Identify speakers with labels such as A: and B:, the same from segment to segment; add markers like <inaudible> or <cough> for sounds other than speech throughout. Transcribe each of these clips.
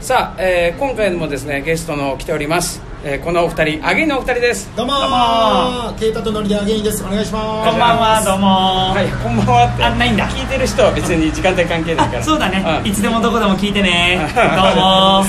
A: さあ、えー今回もですねゲストの来ております、えーこのお二人アゲイのお二人です
B: どうも
C: どうも
B: ーケイタとノリでアゲインですお願いします
C: こんばんは、どうも。
A: はいこんばんはって
C: あないんだ
A: 聞いてる人は別に時間帯関係ないから
C: あ、 <laughs> そうだね。
A: ん
C: いつでもどこでも聞いてね。どうも。
A: さあ、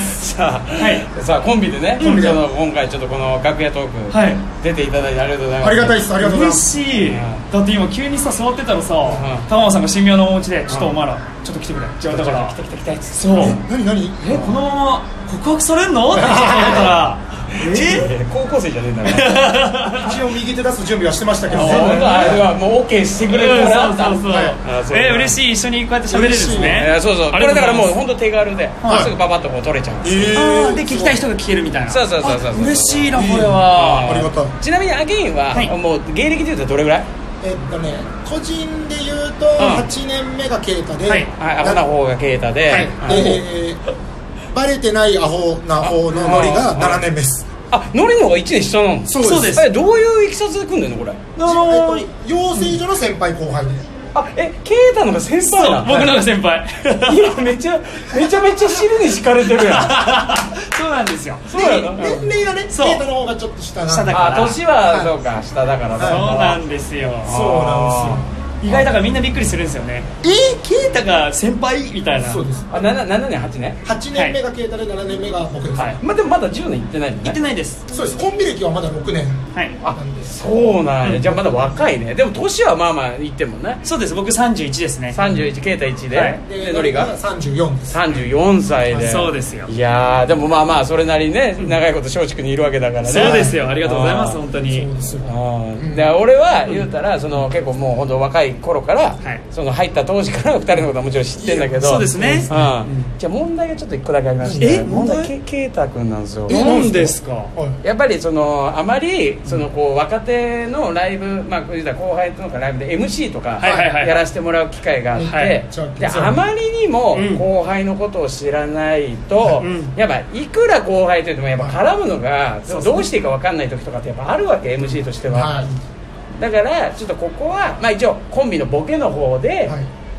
C: はい
A: さあコンビでね、
B: コンビで
A: ちょっと今回ちょっとこの楽屋トーク、
C: はい
A: 出ていただいてありがとうございます
B: ありがたいですありがとうございま
C: 嬉
B: す
C: しい。だって今急にさ座ってたらさ
A: ん、
C: 玉川さんが神妙なお家でちょっとお前らちょっと来てくれ。じゃあだから。
A: 来た来た来た来た
C: そう。
B: 何何
C: え、このまま告白されんの？って聞いたら。え？
A: えー高校生じゃねえんだ
C: <laughs>
A: から
B: 一応右手出す準備はしてましたけど
C: あ
A: そういうのあれはもう OK してくれるから、
C: うんそうそう
B: はい
A: あ
C: そ。
A: そうう
C: え、嬉しい。一緒にこうやって喋れるんです
A: え
C: ね
A: ー。そうそうこ
C: あ
A: れ
C: りが
A: だから
C: と
A: も
C: ございうます
A: 本当手軽で、
B: はい
A: すぐパパッとこう取れちゃうんですよ、
C: あーで聞きたい人が聞けるみたいな。
A: そうそうそうそうそう
C: あ嬉しいなこれは。
B: ありがたい
A: ちなみにアゲインは、
C: はい
A: もう芸歴でいうとどれぐらい
B: えっとね個人で言うと
A: ん
B: 8年目がケイタで
C: はい
A: はいアホな方が啓太で、
C: はい
A: あ
B: えーバレてないアホな方のノリが7年目です
A: あノリの方が1年下なの
B: そうですそう
C: です
A: えどういういきさつで組んでんのこれ
C: どうも
B: えっと養成所の先輩後輩で
A: あえ啓太の方が先
C: そう
A: 輩なの
C: 僕の方が先輩
A: 今めちゃめちゃめちゃ汁に敷かれてるやん
C: そうなんですよ
A: そうやろ
B: 年齢がねケイ
C: そう
B: タの方がちょっと下な
C: 下だ
B: ん
A: <laughs>
B: で
A: あ年は
B: はい
A: そうか下だから
C: そうな
A: だ
C: んですよ
B: そうなん
C: 意外だからみんなびっくりするんですよねえー、ケイタが先輩みたいな
B: そうです
A: あ7年8年
B: 8年目がケイタで7年目が僕です
C: はい
A: まあでもまだ10年いってないのね
C: 言ってないです
B: そうですコンビ歴はまだ6年
C: はい
A: あ
B: なんです
A: そうなんや、
C: うん
A: じゃあまだ若いねでも年はまあまあいってんもんね
C: そうです僕31ですね
A: 31啓太1で、
C: はい
A: でノリが
B: 34です
A: 34歳で
C: そうですよ
A: いやーでもまあまあそれなりにね長いこと松竹にいるわけだからね
C: そうですよありがとうございます
A: あー
C: 本当
B: そう
C: に
B: ですよ
A: あーで俺は言うたらその結構もう本当若い頃から、
C: はい
A: その入った当時から2人のことはもちろん知ってんだけど
C: そうですね
A: うん、じゃあ問題がちょっと1個だけありまして
C: え
A: 問題
C: 問
A: け
C: 題
A: 啓太君なんですよ
B: え
C: なんですか
B: はい
A: やっぱりそのあまりそのこう若手のライブ、まあ、言うたら後輩とかライブで MC とか
C: はいはいはい
A: やらせてもらう機会があって、
C: はい
B: ちょっと
A: であまりにも
C: うん
A: 後輩のことを知らないと、
C: うん
A: やっぱいくら後輩といってもやっぱ絡むのが
C: そうそう
A: どうしていいか分かんない時とかってやっぱあるわけ MC としては、
B: はい
A: だからちょっとここは、まあ、一応コンビのボケの方で、
B: はい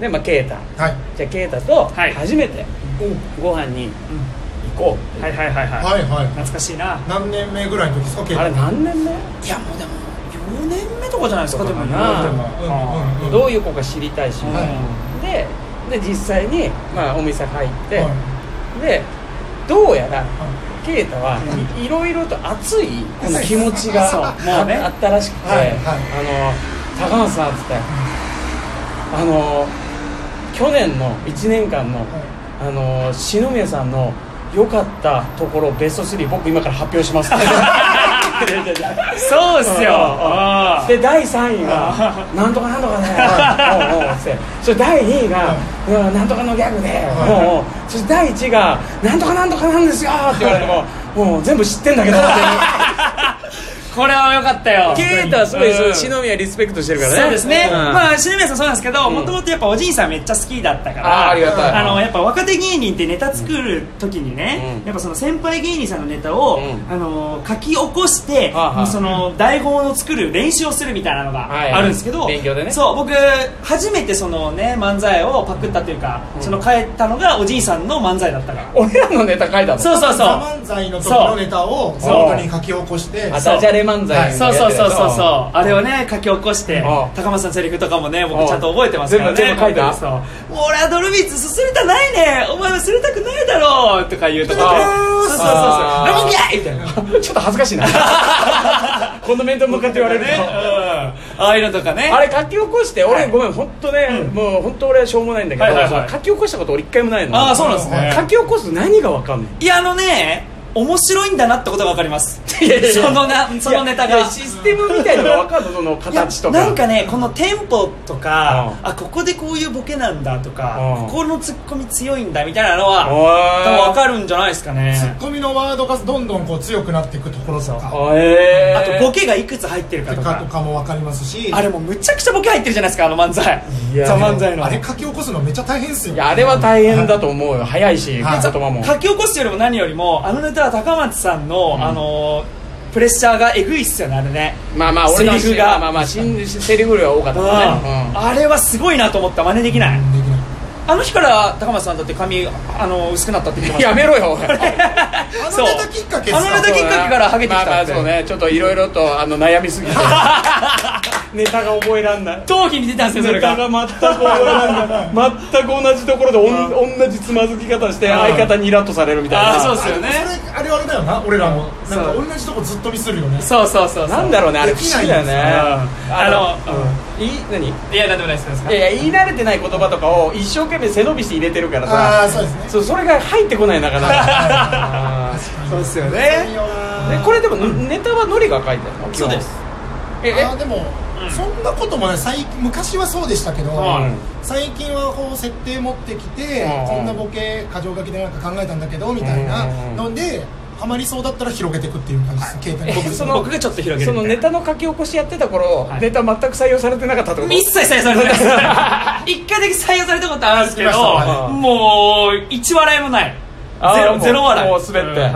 A: でまあ、ケイタ
B: はい
A: じゃあケイタと
C: はい
A: 初めてご飯に行こう、
C: はいはいはいはい、
B: はいはい
C: 懐かしいな
B: 何年目ぐらいの時ですかケイタ
A: あれ何年目
C: いやもうでも4年目とかじゃないですかでも
A: とかかな
C: でも
B: うんうんうん
A: どういう子か知りたいし、
C: うん
B: は
A: でで実際に、まあ、お店入って、
B: はい
A: でどうやら
B: は
A: 啓太は
C: う
A: いいろいろと熱いこの気持ちが
C: そう
A: あ
C: もうね
A: あったらしくて、
B: はいはい
A: あの高野さんっつってあの去年の1年間の、あの篠宮さんの良かったところベスト3僕今から発表し <laughs> ますって
C: そうっすよあ
A: で第3位が「なんとかなんとかね」おうおうっつってそれ第2位が「うんなんとかのギャグで」
B: い
A: おうおうそして第1位が「なんとかなんとかなんですよ」って言われても「もう全部知ってんだ <laughs> けど」って
C: ーこれは良かったよ
A: 啓太はすごい
C: うん
A: 篠宮リスペクトしてるからね
C: そうですね、
A: ん
C: まあ篠宮さんそうなんですけどもともとやっぱおじいさんめっちゃ好きだったか
A: あ
C: ら
A: ーありがたい
C: あのやっぱ若手芸人ってネタ作る時にね、
A: うん
C: やっぱその先輩芸人さんのネタを、
A: うん
C: あの書き起こして、
A: はあはあ
C: その台本を作る練習をするみたいなの
A: はい
C: があるんですけど、
A: 勉強でね
C: そう僕初めてそのね漫才をパクったというか、その変えたのがおじいさんの漫才だったから、
A: 俺らのネタ書いたの
C: そうそう
B: い
C: そう
B: ザ漫才の時のネタを
A: そう
B: 本当に書き起こして
A: あダジャレ漫才
C: そうそうそうそうそう
A: う
C: あれをね書き起こして
A: ああ
C: 高松さんのセリフとかもね
A: ああ
C: 僕ちゃんと覚えてますからね
A: 全部全部書いた
C: そう俺はドルビーツすすりたないねお前はすりたくないだろうとか言うとか
A: あ
C: そうそうそうそう
A: ああ
C: ラブギャイみたい
A: <laughs>
C: な
A: ちょっと恥ずかしいなこの面と向かって言われると
C: ねうんああいうのとかね
A: <laughs> あれ書き起こして
C: は
A: 俺
C: い
A: ごめん本当ねもう本当俺はしょうもないんだけ
C: はいはいは
A: ど
C: い
A: 書き起こしたこと俺一回もないの
C: ああそうなんです
B: ね
C: ね
A: 書き起こすと何がわかんない
C: いやあのね面白いんだなってことが分かります
A: いやいやいや
C: そのなそのネタ
A: いやい
C: が
A: やシステムみたいのがわかるのその
C: いや
A: 形とか
C: なんかねこのテンポとか
A: う
C: あここでこういうボケなんだとか
A: うん
C: ここのツッコミ強いんだみたいなのは
A: おー
C: 多分分かるんじゃないですか
B: ツッ
C: ね
B: コミのワードがどんどんこう強くなっていくところとか
A: あえー
C: あとボケがいくつ入ってるかと
B: とかと
C: か
B: かもわかりますし
C: あれもうむちゃくちゃボケ入ってるじゃないですかあの漫才
A: いや
C: ザ漫才の
B: あれ書き起こすのめっちゃ大変っすよ
A: いやあれは大変だと思うよ早いし言
B: はい
A: 葉も
C: 書き起こすよりも何よりもあのネタは高松さんの、あのープレッシャーがえぐいっすよねあれね
A: まあまあ俺の
C: セリフが
A: まあまあまあしんセリフ量が多かった
C: うん
A: からね
C: あれはすごいなと思った真似できない、
B: できない
C: あの日から高松さんだって髪あの薄くなったって言ってまし
A: やめろよおい
B: あ
C: そ
B: の
C: う
B: ネタきっかけです
C: あのネタ
B: か
C: きっかけからハゲてきた
A: まあまあそうねちょっといろいろとあの悩みすぎて <laughs> ネタが覚えらんない
C: た頭皮に出たんですよそれ
A: ネタ
C: が
A: が全く覚えらんない全く同じところでおん同じつまずき方して相方にイラッとされるみたい
C: あ
A: な
C: あそうっすよね
B: それあれあれだよな俺らもなんか
C: そ
B: 同
C: う
B: じとこずっとミスるよね
C: そうそうそうそう
A: なんだろうねあれ不
B: できな
A: 思
B: い
A: 議
B: んで
A: だ
B: す
A: よ
B: よ
A: ね
C: あの
A: うんい何い
C: いやなんでもないですなんでもないです
A: やいや言い慣れてない言葉とかを一生懸命背伸びして入れてるから
B: ああ
A: さ
B: そうですね
A: そう <laughs> それが入ってこないなかな <laughs> かあ
C: そうっすよ
B: いい
C: ね
B: よな
A: ーでこれでもネタはノリが書いてあるの基
C: そう
A: 本
C: です
A: ええ
B: あーでも、そんなこともない最近昔はそうでしたけど、
A: うん
B: 最近はこう設定持ってきて、
A: うん
B: こんなボケ過剰書きでなんか考えたんだけどみたいな
A: うん
B: ので、ハマりそうだったら広げていくっていう感じです、携帯
A: え
B: に僕
A: その
C: 僕がちょっと広げ
A: そ
C: る
A: の
C: みた
A: ネ
C: いな
A: タの書き起こしやってた頃、
C: はい
A: ネタ全く採用されてなかったってこと
C: 一切採用されて <laughs> ないです一回だけ採用されたことあるんですけど
B: 聞きました
A: はい
C: もう一笑いもない
A: あー
C: ゼ
A: も
C: ロ
A: う
C: ゼロ笑い
A: もう滑って
C: んはい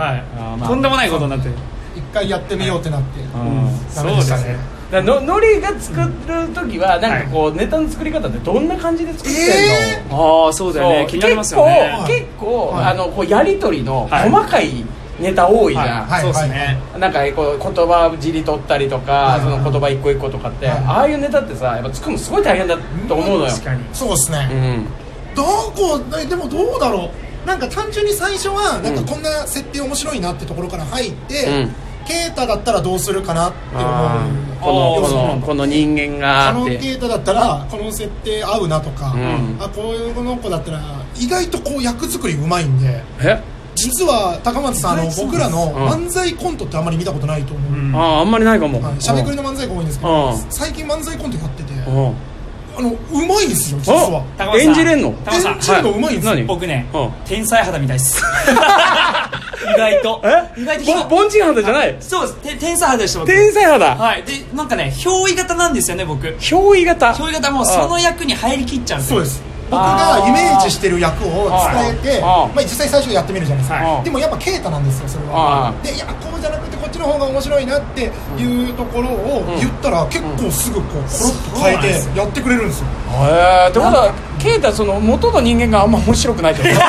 A: あーまあ
C: とんでもないことになってる
B: 一回やってみようってなって、
A: うん
B: ダメでしたね
A: だからののりが作る時はなんかこう、ネタの作り方ってどんな感じで作ってんの、
B: え
C: ああそうだよ
A: そ
C: ね
A: う
C: 気になりますよね
B: はい
A: 結構結構、
B: はい
A: あのこうやり取りの
C: はい
A: 細かいネタ多いじゃん、
C: はいそうですね
A: なんかこう言葉をじり取ったりとか、
B: はい
A: その言葉一個一個とかって、
B: はい
A: ああいうネタってさやっぱ作るのすごい大変だと思うのよ、
C: 確かに
B: そうですね、
A: うん、
B: どこえでもどうだろうなんか単純に最初はなんかこんな設定面白いなってところから入って、
A: うん
B: ケータだったらどうするかなって思う
A: この
C: あー
A: このこの人間が
B: あの
A: っ
B: ケ
A: て
B: ータだったらこの設定合うなとか、
A: うん
B: あこういうこの子だったら意外とこう役作りうまいんで
A: え
B: 実は高松さんあ
C: 意
B: の
C: 外とそう
B: 僕らの
A: うん
B: 漫才コントってあんまり見たことないと思う、
C: うん
A: あああんまりないかも、
B: はいしゃべくりの漫才が多いんですけ
A: う
B: ど、
A: ん
B: 最近漫才コントやってて、
A: うんうん
B: あのうまいんですよ実は
C: 高
A: あ
C: 松さん
A: 演じれんの
C: 高松さん
B: 演じれんのうまいんですよ
A: 何
C: 僕ね
A: うん
C: 天才肌みたいです <laughs> 意外と <laughs>
A: え
C: 意外と
A: ぼ凡人肌じゃない
C: そうですて天才肌でした僕
A: 天才肌、
C: はいでなんかね憑依型なんですよね僕憑
A: 憑依型
C: 依型もうその役に入りきっちゃうんです
B: そう
C: よ
B: です僕がイメージしてる役を伝えて
A: あー
B: まあ、実際最初やってみるじゃないですか、
A: はい
B: でもやっぱ啓太なんですよそれ
A: あ
B: は
A: ー
B: でいやこうじゃなくてこっちの方が面白いなっていうところを言ったら結構すぐこうコロッと変
C: そうなんで
B: え
C: す
B: てやってくれるんですよ
A: へえってことは啓太その元の人間があんま面白くないってこと
C: <laughs>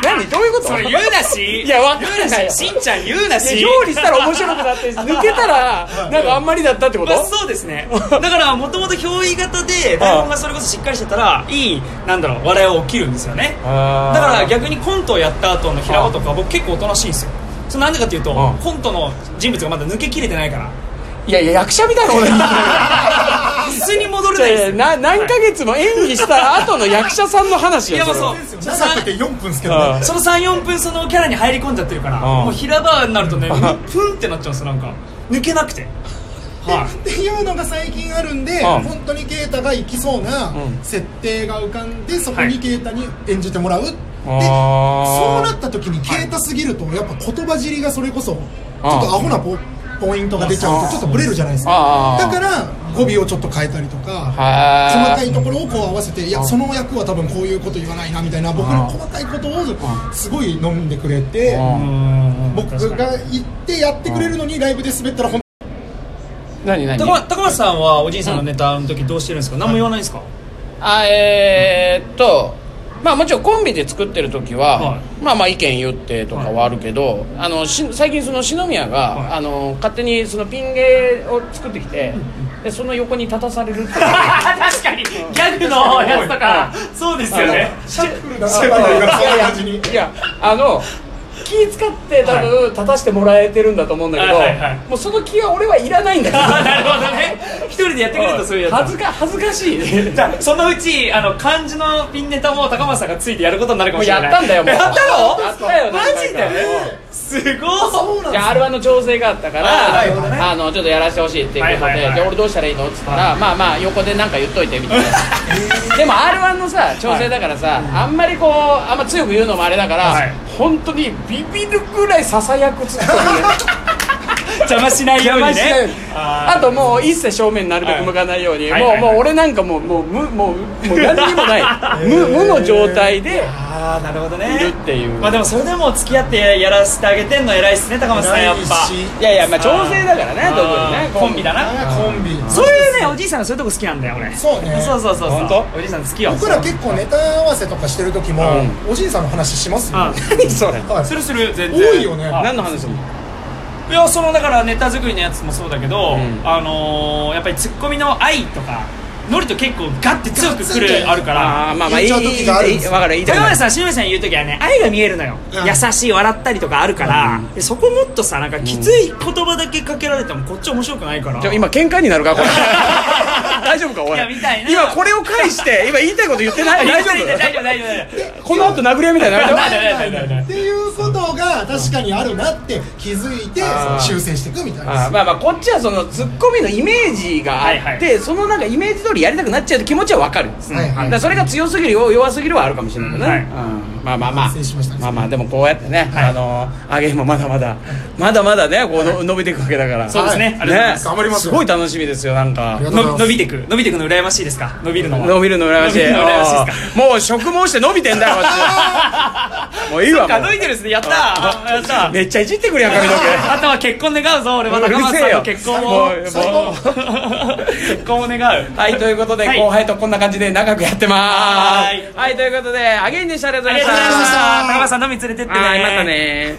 A: 何どういうこと
C: それ言うなし
A: いやわかんないよ
C: 言うししんちゃん言うなし
A: いや料理したら面白くな
C: <laughs>
A: って抜けたらなんかあんまりだったってこと、
C: まあ、そうですねだからもともと憑依型で台本がそれこそしっかりしてたらいいなんだろう笑いは起きるんですよねだ
A: あー
C: から逆にコントをやった後の平子とか僕結構おとなしいんですよそれなんでかっていうと
A: あ
C: コントの人物がまだ抜けきれてないから
A: いやいや役者みたいなこと
C: 普通に戻れないで
A: で
C: す
A: な何ヶ月も演技した後の役者さんの話
C: いや
A: よ
C: もう
A: それ
C: そ
A: は
C: う
B: 長くて4分ですけどね
A: あー
C: その34分そのキャラに入り込んじゃってるから
A: ああ
C: もう平場になるとね
A: あ
C: プンってなっちゃうんですよなんか抜けなくてはい
B: っていうのが最近あるんで
A: うん
B: 本当に啓太が行きそうな
A: うん
B: 設定が浮かんでそこ
C: はい
B: に啓太に演じてもらうで
A: あー
B: そうなった時に啓太すぎるとやっぱ言葉尻がそれこそちょっとアホなポポイントが出ちゃうとちょっとブレるじゃないです
A: あ
B: か
A: ー
B: だから語尾をちょっと変えたりとか
A: は
B: 細かい
A: い
B: ところをこう合わせていやその役は多分こういうこと言わないなみたいな僕の細かいことをすごい飲んでくれて僕が言ってやってくれるのにライブで滑ったら本
A: 何何
C: 高高松さんはおじいさんのネタの時どうしてるんですか何も言わないんですか
A: あえーっとまあもちろんコンビで作ってる時は、
C: は
A: まあまあ意見言ってとかはあるけど、あのし最近その篠宮が、
C: はい
A: あの勝手にそのピン芸を作ってきて、でその横に立たされるっていう <laughs>
C: 確かにギャグのやつとかそうですよね
B: シャッフルな
A: い
B: シャッフルがそんな感
A: や
B: じに
A: いやあの気使って多分立たしてもらえてるんだと思うんだけど、
C: はいはいはい
A: もうその気は俺はいらないんだけど
C: あなるほど
A: <laughs>
C: ね一人でやってくれるとそういうやつ
A: 恥ずか恥ずかしい <laughs>
C: じゃあそのうちあの漢字のピンネタも高松さんがついてやることになる
A: も
C: かも
A: う
C: しれ
A: や
C: ない
A: ったんだよもう
C: やったの
A: やったよ
C: マジで
A: 何回か
C: すごい
A: いや R1 の調整があったから
C: あ
A: あ,、
C: ーなるほどね
A: のちょっとやらせてほしいっていうことで、
C: はいはいはい
A: じゃあ俺どうしたらいいのっつったら、まあまあ横でなんか言っといてみたいな
C: <laughs>
A: でも R1 のさ調整だからさ、あんまりこうあんま強く言うのもあれだから、
C: はい <laughs>
A: 本当にビビるぐらいささやくつっと
C: 邪魔しないようにね
A: あともう一切正面なるべく向かないように、
C: はいはい
A: もう
C: はい
A: もう俺なんかもうもう無もうも
C: <laughs>
A: う何にもない無無の状態で
C: ああなるほどね
A: いるっていう
C: まあでもそれでも付き合ってやらせてあげてんの偉いっすね高松さんやっぱ
B: 偉いし
A: いやいやまあ調整だからね
C: あー
A: 特にね
C: コンビだな
B: あーコンビ
C: そういうねおじいさんのそういうとこ好きなんだよ俺
B: そうね
C: そうそうそうそう
A: 本当
C: おじいさん好きよ
B: 僕ら結構ネタ合わせとかしてる時も、おじいさんの話しますよ、
C: あ
B: ね、
A: 何それ
B: はい
C: するする全然
B: 多いよね
C: あ
A: 何の話だもん
C: いやそのだからネタ作りのやつもそうだけ
A: う
C: ど、
A: ん
C: あのーやっぱりツッコミの愛とかノリと結構ガッて強くく
B: ガッツン
C: る
B: と
C: あるから
A: あーまあまあいいいい
B: 言っちゃう時があるんですよ
A: わかるいいと
C: 高
A: 思う
C: 橋さん篠宮さん言う時はね愛が見えるのよ、
B: うん
C: 優しい笑ったりとかあるから、でそこもっとさなんかきつい言葉だけかけられてもこっち面白くないから
A: じゃあ今喧嘩になるか
C: <laughs>
A: これ大丈夫かおい
C: いやみたいな
A: 今これを返して今言いたいこと言ってない大
C: 大丈
A: 丈
C: 夫大丈夫
A: 夫
C: 大丈夫大丈 <laughs>
A: この後殴り合いみたいになる
C: ないないないないない
B: っていうことが確かにあるなって気づいて
A: あー
B: 修正していくみたいな
A: あーまあまあこっちはそのツッコミのイメージがあって、
C: はいはい
A: そのなんかイメージ通りやりたくなっちゃう気持ちはわかるんです、
B: はい
A: だ
B: はい
A: からそれが強すぎるよ弱すぎるはあるかもしれないけどね、
C: う
A: うんまあまあまあ
B: 反省しましたね
A: あまあでもこうやってね、あのー上げもまだまだまだまだねこうの、伸びていくわけだから
C: そうですね、
B: はい
C: ありがとうございます
B: 頑張ります
A: す
B: よ
A: ごい楽しみですよなんか
B: ありがとうございます
C: の伸びてく伸びてくの羨ましいですか伸びるのは
A: 伸びるの羨ましい
C: 伸びるの羨ましいですか
A: あーもう食毛して伸びてんだよこっ
C: <laughs>
A: ちもういいわも
C: あ伸びてるですねやったーあやった
A: う
C: ー
A: めっちゃいじってくるやん髪の
C: <laughs>
A: 毛
C: あとは結婚願うぞ俺は高松さんの結婚を
A: うるせえよ
B: もう
C: <laughs> 結婚を願う
A: はい、ということで、
C: はい
A: 後輩とこんな感じで長くやってます。は
C: はいい
A: ということで、アゲインでした。ありがと
C: あ
A: うご
C: り
A: ざ
C: が
A: いま
C: とうございま
A: し。
C: したた高松さん飲み連れてってね
A: はいまたね